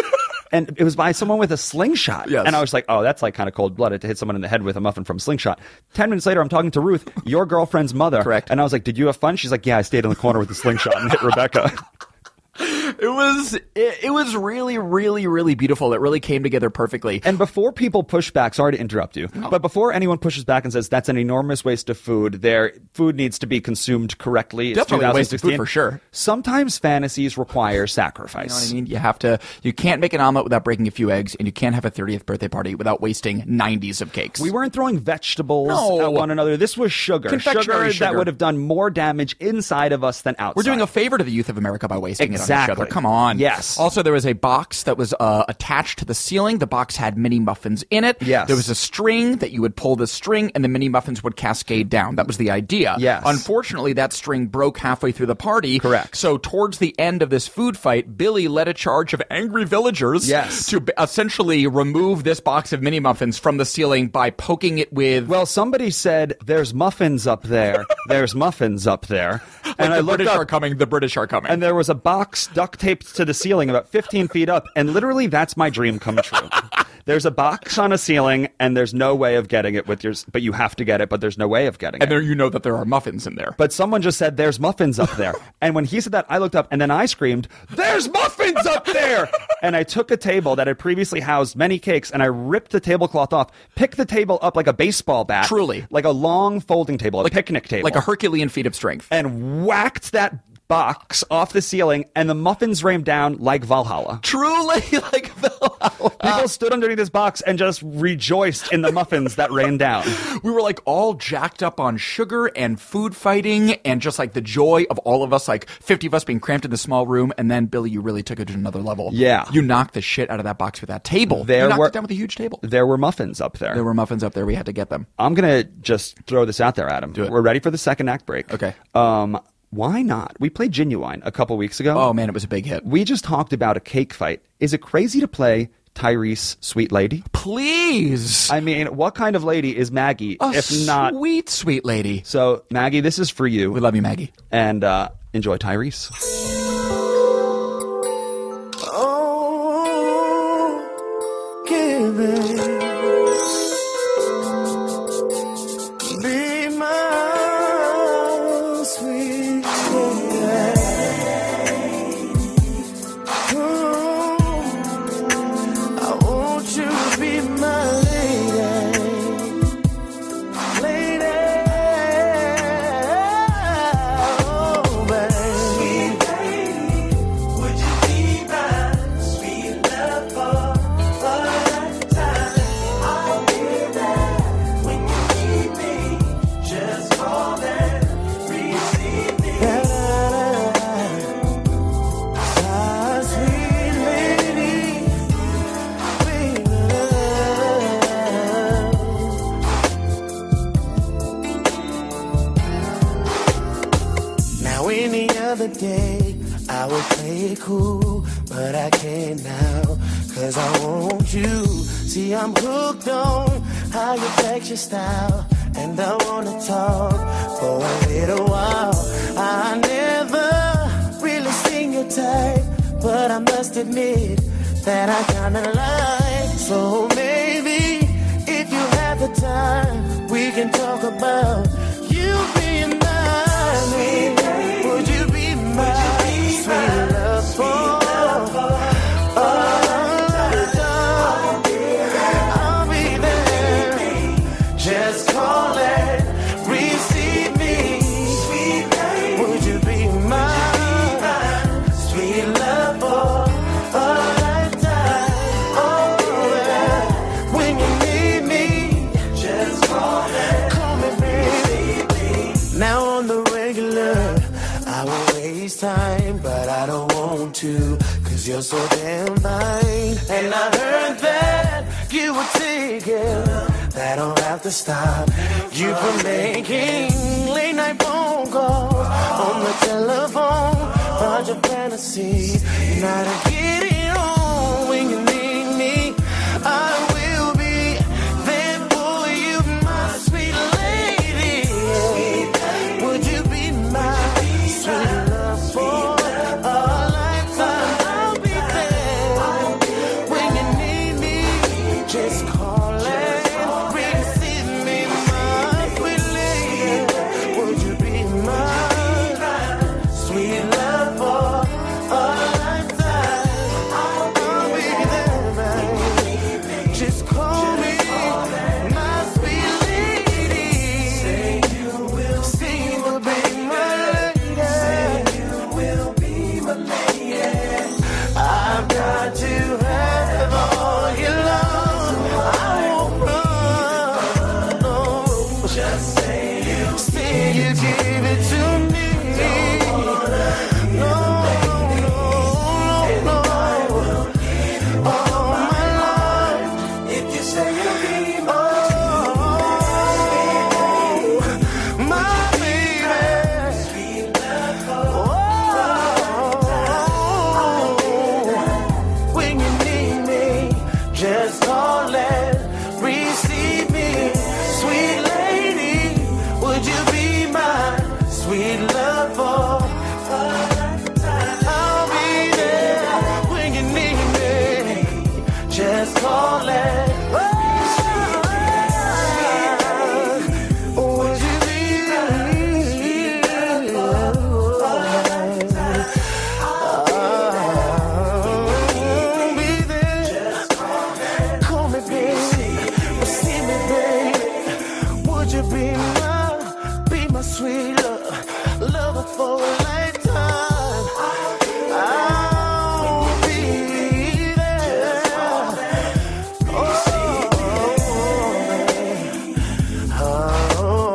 S3: And it was by someone with a slingshot.
S2: Yes.
S3: And I was like, oh, that's like kind of cold blooded to hit someone in the head with a muffin from slingshot. Ten minutes later, I'm talking to Ruth, your girlfriend's mother.
S2: Correct.
S3: And I was like, did you have fun? She's like, yeah, I stayed in the corner with the slingshot and hit Rebecca.
S2: it was it, it was really really really beautiful. It really came together perfectly.
S3: And before people push back, sorry to interrupt you, but before anyone pushes back and says that's an enormous waste of food, their food needs to be consumed correctly. It's
S2: Definitely a waste of food
S3: 2016.
S2: for sure.
S3: Sometimes fantasies require
S2: You know what
S3: sacrifice.
S2: I mean? You have to. You can't make an omelet without breaking a few eggs, and you can't have a 30th birthday party without wasting 90s of cakes.
S3: We weren't throwing vegetables
S2: No.
S3: at one another. This was sugar.
S2: Confectionery
S3: that
S2: sugar.
S3: would have done more damage inside of us than outside.
S2: We're doing a favor to the youth of America by wasting it on each
S3: Exactly.
S2: other. Come on.
S3: Yes.
S2: Also, there was a box that was uh, attached to the ceiling. The box had mini muffins in it.
S3: Yes.
S2: There was a string that you would pull the string, and the mini muffins would cascade down. That was the idea.
S3: Yes.
S2: Unfortunately, that string broke halfway through the party.
S3: Correct.
S2: So, towards the end of this food fight, Billy led a charge of angry villagers
S3: Yes.
S2: to b- essentially remove this box of mini muffins from the ceiling by poking it with.
S3: Well, somebody said there's muffins up there. there's muffins up there.
S2: like,
S3: and
S2: the
S3: I looked
S2: British
S3: up
S2: are coming. The British are coming.
S3: and there was a box duct taped to the ceiling about 15 feet up and literally that's my dream come true there's a box on a ceiling and there's no way of getting it with your but you have to get it but there's no way of getting
S2: and
S3: it
S2: there, you know that there are muffins in there.
S3: but someone just said there's muffins up there and when he said that i looked up and then i screamed there's muffins up there and i took a table that had previously housed many cakes and i ripped the tablecloth off picked the table up like a baseball bat
S2: Truly.
S3: like a long folding table a picnic table
S2: like a Herculean feat of strength.
S3: and whacked that box off the ceiling, and the muffins rained down like Valhalla.
S2: Truly, like
S3: People stood underneath this box and just rejoiced in the muffins that rained down.
S2: we were like all jacked up on sugar and food fighting, and just like the joy of all of us, like fifty of us being cramped in the small room. And then Billy, you really took it to another level.
S3: Yeah.
S2: you knocked the shit out of that box with that table.
S3: There
S2: you knocked
S3: were-
S2: it down with a huge table.
S3: There were muffins up there.
S2: There were muffins up there. We had to get them.
S3: I'm gonna just throw this out there, Adam.
S2: it.
S3: We're ready for the second act break.
S2: Okay.
S3: Um, why not? We played Genuine a couple weeks ago.
S2: Oh man, it was a big hit.
S3: We just talked about a cake fight. Is it crazy to play Tyrese Sweet Lady?
S2: Please,
S3: I mean, what kind of lady is Maggie
S2: A
S3: if not?
S2: Oh, sweet, sweet lady.
S3: So Maggie, this is for you.
S2: We love you, Maggie.
S3: and uh, enjoy Tyrese.
S4: Oh, give it. Be my sweet lady. Oh, I want you to be my lady. Lady. Oh, baby.
S6: Ah, birthday. I would play it cool, but I can't now. Cause I want you. See, I'm hooked on how you flex your style. And I wanna talk for a little while. I never really seen your type, but I must admit that I kinda like. So maybe if you have the time, we can talk about you being mine. Would you be mine? Sweet love for all the I'll be there. Just call it, receive me. Sweet baby, would you be mine? Sweet love for a lifetime. Oh, yeah. when you need me, just call it, call me, baby. Now on the regular, I will waste time, but I don't want to, cause you're so damn fine. And I heard that you were taken, that don't have to stop you from making late night phone calls on the telephone. Find your fantasies, now to get it on when you need me. I will be there for you, my sweet lady. Would you be my sweet love for a lifetime? I'll be there when you need me. Just call and receive me, my sweet lady. Would you be my sweet love for a lifetime? I'll be there, man. Just call me, my sweet lady. Say you will, say you will be my lady. Say you will be my lady. I've got to have all your love. I won't run. No. Just say you, say you give it to me. No, no, no, no. All my life. If you say you'll be oh, my baby. Oh, when you need me, just call and receive me. Sweet lady, would you be mine? Sweet love for a lifetime. I'll be there when you need me. Just call Oh, and oh, would you be I'll be there. Call me, baby. See me, baby. Would you be my, be my sweet love, lover for a lifetime? I'll be there. Oh, oh.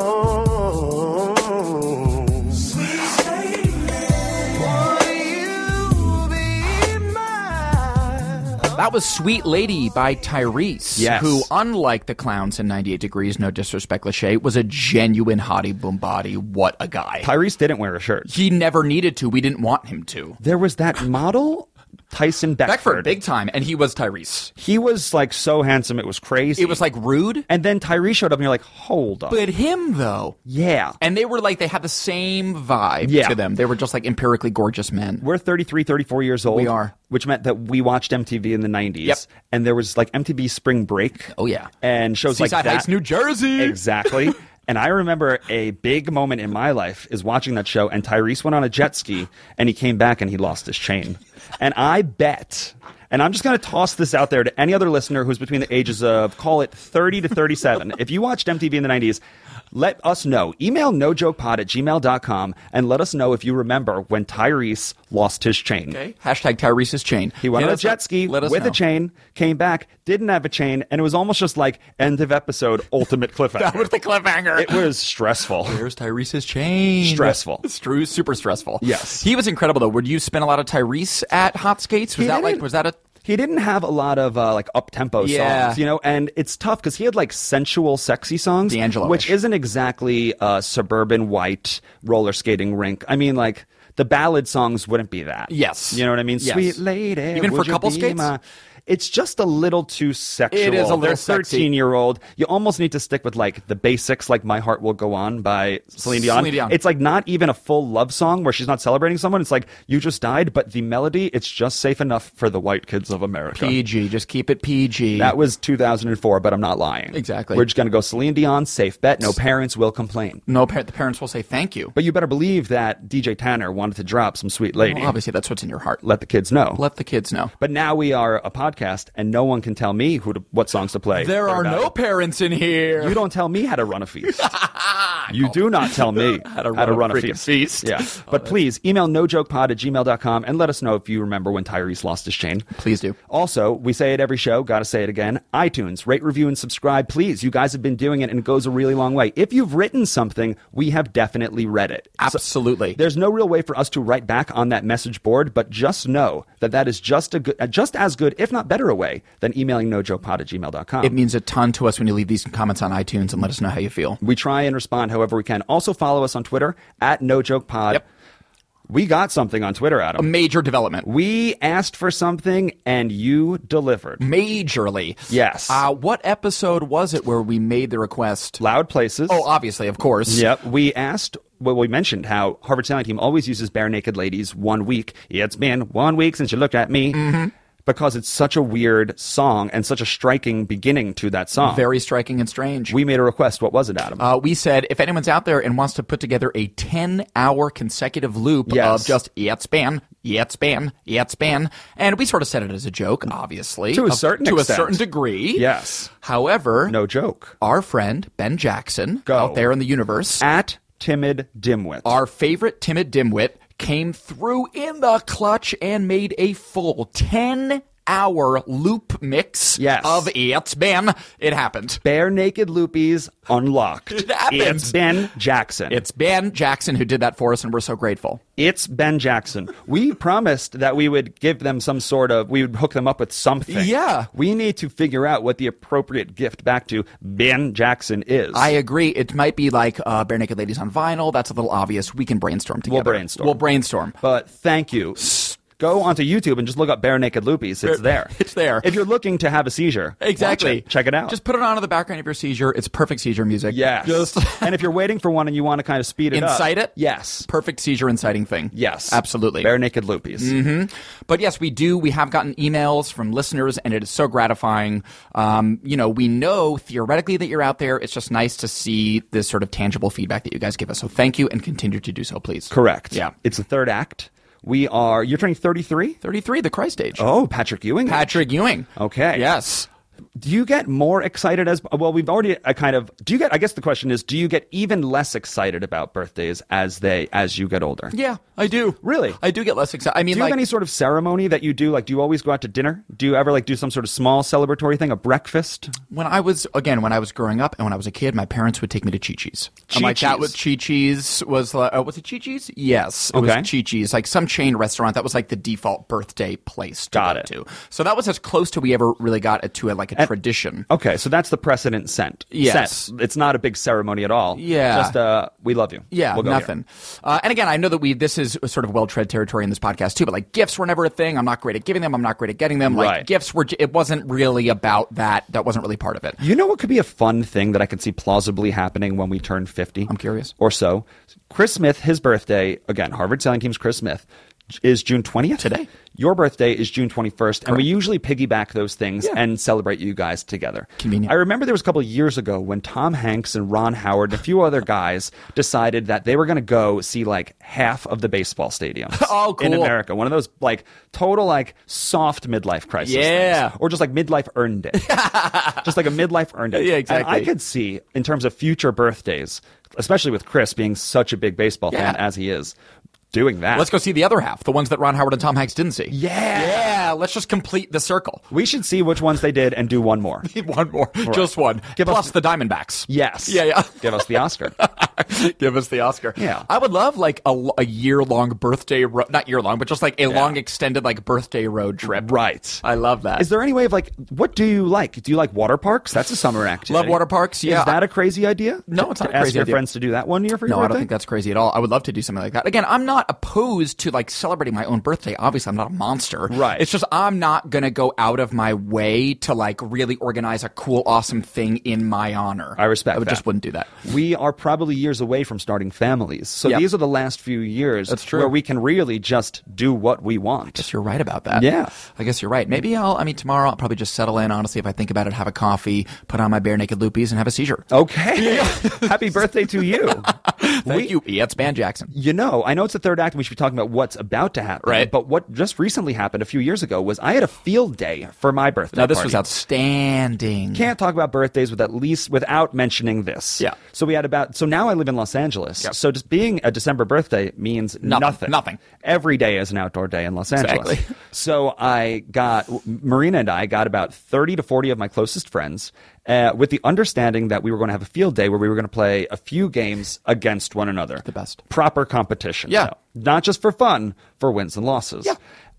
S2: That was Sweet Lady by Tyrese,
S3: Yes.
S2: who, unlike the clowns in 98 Degrees, no disrespect, Lachey, was a genuine hottie boom body. What a guy.
S3: Tyrese didn't wear a shirt.
S2: he never needed to. We didn't want him to.
S3: There was that model, Tyson Beckford.
S2: Beckford, big time. And he was Tyrese.
S3: He was like so handsome, it was crazy.
S2: It was like rude.
S3: and then Tyrese showed up, and you're like, hold up,
S2: But him, though.
S3: yeah.
S2: And they were like, they had the same vibe
S3: Yeah.
S2: to them. They were just like empirically gorgeous men.
S3: we're 33, 34 years old.
S2: We are.
S3: Which meant that we watched MTV in the 90s.
S2: Yep.
S3: And there was like MTV Spring Break.
S2: Oh, yeah.
S3: And shows
S2: Seaside
S3: like that.
S2: Heights, New Jersey.
S3: Exactly. and I remember a big moment in my life is watching that show and Tyrese went on a jet ski and he came back and he lost his chain. And I bet and I'm just going to toss this out there to any other listener who's between the ages of call it 30 to 37. if you watched MTV in the 90s, let us know. Email nojokepod at gmail.com and let us know if you remember when Tyrese lost his chain.
S2: Okay. Hashtag Tyrese's chain.
S3: He went
S2: Hit
S3: on a
S2: us up.
S3: jet ski
S2: Let us
S3: with
S2: know.
S3: a chain, came back, didn't have a chain, and it was almost just like end of episode ultimate cliffhanger.
S2: That was the cliffhanger.
S3: It was stressful.
S2: There's Tyrese's chain.
S3: Stressful.
S2: Stru- super stressful.
S3: Yes.
S2: He was incredible though. Would you spend a lot of Tyrese at hot skates? Was
S3: He
S2: that like
S3: didn't-
S2: was that a
S3: He didn't have a lot of uh, like up tempo
S2: Yeah.
S3: songs, you know, and it's tough because he had like sensual, sexy songs,
S2: D'Angelo-ish.
S3: which isn't exactly a suburban white roller skating rink. I mean, like The ballad songs wouldn't be that.
S2: Yes.
S3: You know what I mean?
S2: Yes.
S3: Sweet lady.
S2: Even for
S3: would you
S2: couple
S3: be
S2: skates?
S3: my- It's just a little too sexual.
S2: It is a
S3: They're
S2: little sexy.
S3: 13 year old. You almost need to stick with like the basics, like My Heart Will Go On by Celine Dion.
S2: Celine Dion.
S3: It's like not even a full love song where she's not celebrating someone. It's like you just died, but the melody, it's just safe enough for the white kids of America.
S2: PG. Just keep it PG.
S3: That was 2004, but I'm not lying.
S2: Exactly.
S3: We're just going to go Celine Dion, safe bet. No parents will complain.
S2: no, par- the parents will say thank you.
S3: But you better believe that DJ Tanner wanted to drop some sweet lady.
S2: Well, obviously, that's what's in your heart. Let,
S3: Let the kids know.
S2: the kids know.
S3: but now we are a podcast, and no one can tell me who to, what songs to play.
S2: There
S3: They're
S2: are
S3: not-
S2: no parents in here.
S3: You don't tell me how to run a feast. you do not tell me
S2: to
S3: how to
S2: run
S3: run,
S2: a
S3: a,
S2: freaking
S3: feast.
S2: feast.
S3: Yeah.
S2: Oh,
S3: but please email nojokepod at gmail.com and let us know if you remember when Tyrese lost his chain.
S2: Please do.
S3: Also, we say it every show, gotta say it again. iTunes, rate, review, and subscribe, please. You guys have been doing it and it goes a really long way. If you've written something, we have definitely read it. So-
S2: Absolutely.
S3: there's no real way for us to write back on that message board, but just know that that is just a good, uh, just as good, if not better, a way than emailing nojopod at gmail.com.
S2: it means a ton to us when you leave these comments on iTunes and let us know how you feel.
S3: We try and respond however we can. Also follow us on Twitter at No Joke Pod.
S2: Yep.
S3: We got something on Twitter,
S2: A
S3: Adam.
S2: major development.
S3: We asked for something and you delivered.
S2: Majorly.
S3: Yes.
S2: Uh, what episode was it where we made the request?
S3: Loud places.
S2: Oh, obviously, of course.
S3: Yep. We asked. Well, we mentioned how Harvard Styling Team always uses bare naked ladies one week. It's been one week since you looked at me.
S2: Mm-hmm.
S3: Because it's such a weird song and such a striking beginning to that song.
S2: Very striking and strange.
S3: we made a request. What was it, Adam?
S2: Uh, we said if anyone's out there and wants to put together a 10 hour consecutive loop
S3: Yes.
S2: of just yet span, yet span, yet span, and we sort of said it as a joke, obviously.
S3: To a
S2: of-
S3: certain
S2: To a
S3: extent.
S2: certain degree.
S3: Yes.
S2: However,
S3: no joke.
S2: our friend Ben Jackson
S3: Go.
S2: out there in the universe,
S3: At Timid Dimwit.
S2: our favorite timid dimwit, came through in the clutch and made a full 10 hour loop mix
S3: Yes.
S2: of yet span. It happened.
S3: Bare Naked Loopies Unlocked.
S2: It happened.
S3: It's Ben Jackson.
S2: It's Ben Jackson who did that for us, and we're so grateful.
S3: It's Ben Jackson. We promised that we would give them some sort of, we would hook them up with something.
S2: Yeah.
S3: We need to figure out what the appropriate gift back to Ben Jackson is.
S2: I agree. It might be like uh, Bare Naked Ladies on vinyl. That's a little obvious. We can brainstorm together.
S3: We'll brainstorm.
S2: We'll brainstorm.
S3: But thank you. Go onto YouTube and just look up Bare Naked Loopies. It's there.
S2: Er, it's there.
S3: If you're looking to have a seizure, watch
S2: Exactly.
S3: it. Check it out.
S2: Just put it on in the background of your seizure. It's perfect seizure music.
S3: yes.
S2: Just
S3: and if you're waiting for one and you want to kind of speed it up,
S2: incite it.
S3: Yes.
S2: Perfect seizure inciting thing.
S3: Yes.
S2: Absolutely.
S3: Bare Naked Loopies.
S2: But yes, we do. We have gotten emails from listeners, and it is so gratifying. Um, you know, we know theoretically that you're out there. It's just nice to see this sort of tangible feedback that you guys give us. So thank you, and continue to do so, please.
S3: Correct.
S2: Yeah.
S3: It's the third act. We are, you're turning 33?
S2: 33, the Christ age.
S3: Oh, Patrick Ewing.
S2: Patrick Ewing.
S3: Okay.
S2: Yes.
S3: Do you get more excited as well? We've already uh, kind of. Do you get? I guess the question is, do you get even less excited about birthdays as they as you get older?
S2: Yeah, I do.
S3: Really?
S2: I do get less excited. I mean,
S3: Do you
S2: like,
S3: have any sort of ceremony that you do? Like, do you always go out to dinner? Do you ever like do some sort of small celebratory thing, a breakfast?
S2: when I was, again, when I was growing up and when I was a kid, my parents would take me to Chi Chi's. And like, that
S3: Chi-Chi's.
S2: was Chi Chi's, was, like, uh, was it Chi Chi's? Yes. It
S3: Okay.
S2: was Chi Chi's, like some chain restaurant. That was like the default birthday place to
S3: Got
S2: go
S3: it.
S2: to. So that was as close to we ever really got it to a, like a tradition.
S3: Okay, so that's the precedent sent.
S2: Yes.
S3: Set. it's not a big ceremony at all.
S2: Yeah.
S3: just uh, we love you.
S2: Yeah,
S3: We'll go here.
S2: nothing. Uh, and again, I know that we this is sort of well tread territory in this podcast too. But like gifts were never a thing. I'm not great at giving them. I'm not great at getting them. Like
S3: Right.
S2: gifts were. j- It wasn't really about that. That wasn't really part of it.
S3: You know what could be a fun thing that I could see plausibly happening when we turn 50?
S2: I'm curious.
S3: Or so. Chris Smith, his birthday, again, Harvard Selling Team's Chris Smith, j- is June 20th.
S2: Today.
S3: Your birthday is June 21st. And we usually piggyback those things
S2: Yeah.
S3: and celebrate you guys together.
S2: Convenient.
S3: I remember there was a couple of years ago when Tom Hanks and Ron Howard and a few other guys decided that they were going to go see like half of the baseball stadiums
S2: Oh,
S3: in
S2: cool.
S3: America. One of those like total like soft midlife crisis. things.
S2: Yeah.
S3: Or just like midlife earned it. just like a midlife earned it.
S2: Yeah, exactly.
S3: And I could see in terms of future birthdays, especially with Chris being such a big baseball fan
S2: Yeah.
S3: as he is, doing that.
S2: Let's go see the other half, the ones that Ron Howard and Tom Hanks didn't see.
S3: Yeah.
S2: Yeah, let's just complete the circle.
S3: We should see which ones they did and do one more.
S2: Need one more. Just one.
S3: Give
S2: Plus
S3: us-
S2: the Diamondbacks.
S3: Yes.
S2: Yeah, yeah.
S3: Give us the Oscar.
S2: Give us the Oscar.
S3: Yeah.
S2: I would love like a, year long birthday, ro- not year long, but just like a long extended like birthday road trip.
S3: Right.
S2: I love that.
S3: Is there any way of like, what do you like? Do you like water parks? That's a summer activity.
S2: Love water parks, yeah.
S3: Is that a crazy idea?
S2: No,
S3: To-
S2: it's not
S3: to
S2: a
S3: Ask
S2: crazy
S3: your
S2: idea.
S3: friends to do that one year for
S2: no,
S3: your
S2: I don't
S3: birthday?
S2: think that's crazy at all. I would love to do something like that. Again, I'm not opposed to like celebrating my own birthday. Obviously, I'm not a monster.
S3: Right.
S2: It's just I'm not gonna go out of my way to like really organize a cool, awesome thing in my honor.
S3: I respect
S2: I would-
S3: that.
S2: just wouldn't do that.
S3: we are probably years away from starting families. So
S2: Yeah.
S3: these are the last few years
S2: That's true.
S3: where we can really just do what we want.
S2: You're right about that.
S3: Yeah.
S2: I guess you're right. Maybe I'll. I mean, tomorrow I'll probably just settle in. Honestly, if I think about it, have a coffee, put on my bare naked loopies, and have a seizure.
S3: Oh, Okay. Happy birthday to you.
S2: Thank you. Yeah, it's Ban Jackson.
S3: You know, I know it's the third act and we should be talking about what's about to happen.
S2: Right.
S3: But what just recently happened a few years ago was I had a field day for my birthday.
S2: Now this was
S3: party.
S2: outstanding.
S3: can't talk about birthdays with at least without mentioning this.
S2: Yeah.
S3: So we had about so now I live in Los Angeles.
S2: Yep.
S3: So just being a December birthday means
S2: Nothing.
S3: nothing.
S2: Nothing.
S3: Every day is an outdoor day in Los Angeles.
S2: Exactly.
S3: So I got Marina and I got about thirty to forty of my closest friends, uh, with the understanding that we were going to have a field day where we were going to play a few games against one another. The
S2: best.
S3: Proper competition.
S2: Yeah.
S3: though. Not just for fun, for wins and losses.
S2: Yeah.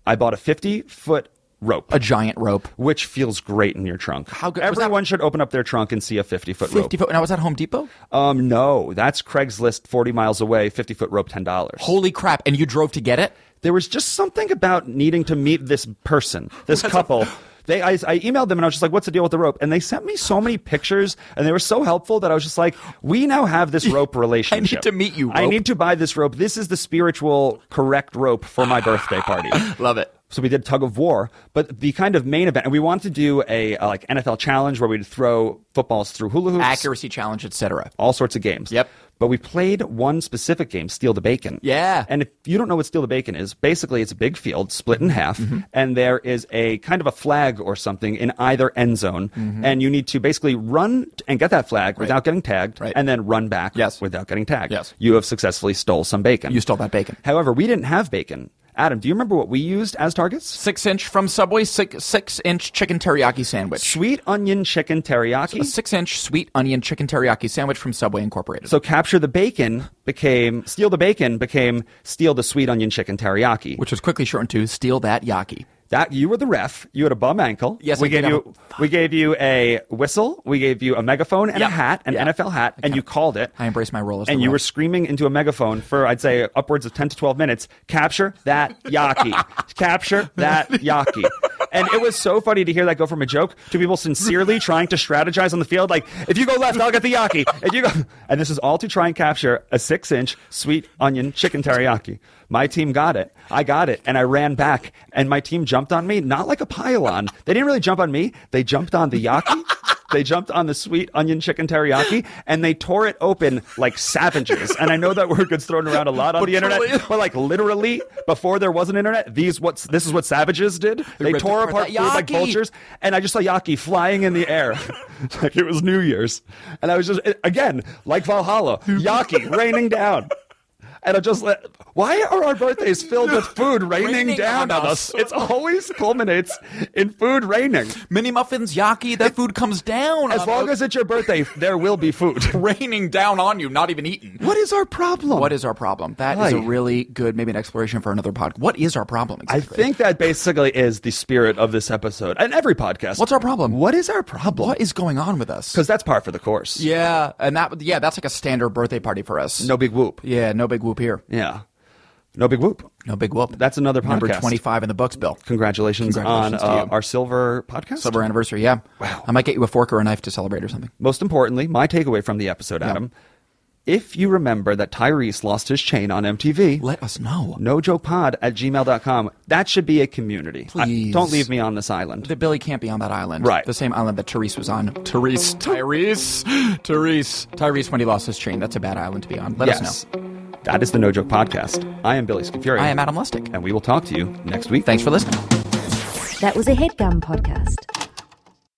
S3: I bought a fifty foot rope
S2: A giant rope.
S3: which feels great in your trunk.
S2: How good- was that-
S3: Everyone should open up their trunk and see a 50 foot rope.
S2: Fifty foot. And I was at Home Depot.
S3: Um, no, that's Craigslist 40 miles away, 50 foot rope, $10.
S2: Holy crap! And you drove to get it.
S3: there was just something about needing to meet this person, this couple. They, I, I emailed them and I was just like, what's the deal with the rope? And they sent me so many pictures and they were so helpful that I was just like, we now have this rope relationship.
S2: to meet you,
S3: I
S2: rope."
S3: need to buy this rope. This is the spiritual correct rope for my birthday party.
S2: Love it.
S3: So we did tug of war, but the kind of main event, and we wanted to do a, uh like NFL challenge where we'd throw footballs through hula hoops,
S2: Accuracy challenge, etc.
S3: all sorts of games.
S2: Yep.
S3: But we played one specific game, Steal the Bacon.
S2: Yeah.
S3: And if you don't know what Steal the Bacon is, basically it's a big field split in half,
S2: Mm-hmm.
S3: and there is a kind of a flag or something in either end zone,
S2: Mm-hmm.
S3: and you need to basically run t- and get that flag without getting tagged,
S2: Right.
S3: and then run back
S2: Yes.
S3: without getting tagged.
S2: Yes.
S3: You have successfully stole some bacon.
S2: You stole that bacon.
S3: However, we didn't have bacon. Adam, do you remember what we used as targets?
S2: Six inch from Subway. Six six inch chicken teriyaki sandwich.
S3: sweet onion chicken teriyaki.
S2: A six inch sweet onion chicken teriyaki sandwich from Subway Incorporated.
S3: so capture the bacon became steal the bacon became steal the sweet onion chicken teriyaki.
S2: which was quickly shortened to steal that yaki.
S3: that you were the ref. You had a bum ankle.
S2: Yes,
S3: we
S2: I did
S3: gave
S2: have
S3: you we gave you a whistle. We gave you a megaphone and
S2: Yeah,
S3: a hat, an
S2: yeah.
S3: NFL hat, and you called it.
S2: I embrace my role as the
S3: and you
S2: ref.
S3: were screaming into a megaphone for I'd say upwards of ten to twelve minutes. Capture that yaki. capture that yaki. And it was so funny to hear that go from a joke to people sincerely trying to strategize on the field. Like, if you go left, I'll get the yaki. If you go, and this is all to try and capture a six-inch sweet onion chicken teriyaki. My team got it. I got it, and I ran back, and my team jumped on me, not like a pylon. They didn't really jump on me. They jumped on the yaki. They jumped on the sweet onion chicken teriyaki and they tore it open like savages. And I know that word gets thrown around a lot on
S2: But
S3: the internet,
S2: totally.
S3: but like literally, before there was an internet, these what's this is what savages did. They
S2: ripped
S3: tore
S2: apart
S3: apart
S2: that
S3: food like
S2: yaki.
S3: vultures, and I just saw yaki flying in the air like it was New Year's, and I was just again like Valhalla, yaki raining down. And I just let. Why are our birthdays filled with food raining,
S2: Raining
S3: down
S2: on
S3: on
S2: us.
S3: us? It's always culminates in food raining.
S2: Mini muffins, yaki, that food comes down.
S3: As
S2: on
S3: long
S2: those-
S3: as it's your birthday, there will be food.
S2: raining down on you, not even eaten.
S3: What is our problem?
S2: What is our problem? That is a
S3: Aye.
S2: really good, maybe an exploration for another pod. What is our problem?
S3: I
S2: Exactly?
S3: think that basically is the spirit of this episode and every podcast.
S2: What's our problem?
S3: What is our problem?
S2: what is going on with us?
S3: because that's par for the course.
S2: yeah, and that yeah, that's like a standard birthday party for us.
S3: No big whoop.
S2: yeah, no big whoop here.
S3: Yeah. No big whoop.
S2: No big whoop.
S3: That's another
S2: number
S3: podcast.
S2: twenty five in the books, Bill.
S3: Congratulations,
S2: Congratulations
S3: on
S2: to
S3: uh,
S2: you.
S3: our silver podcast.
S2: Silver anniversary. Yeah.
S3: Wow.
S2: I might get you a fork or a knife to celebrate or something.
S3: Most importantly, my takeaway from the episode, Adam. If you remember that Tyrese lost his chain on MTV,
S2: Let us know.
S3: nojopod at gmail.com, that should be a community. I-
S2: Please.
S3: don't leave me on this island.
S2: that Billy can't be on that island.
S3: Right.
S2: The same island that Therese was on. Therese. Tyrese. Therese. Tyrese when he lost his chain. That's a bad island to be on. Let us
S3: yes.
S2: know.
S3: That is the No Joke Podcast. I am Billy Scafuri.
S2: I am Adam Lustig.
S3: And we will talk to you next week.
S2: Thanks for listening.
S1: That was a headgum podcast.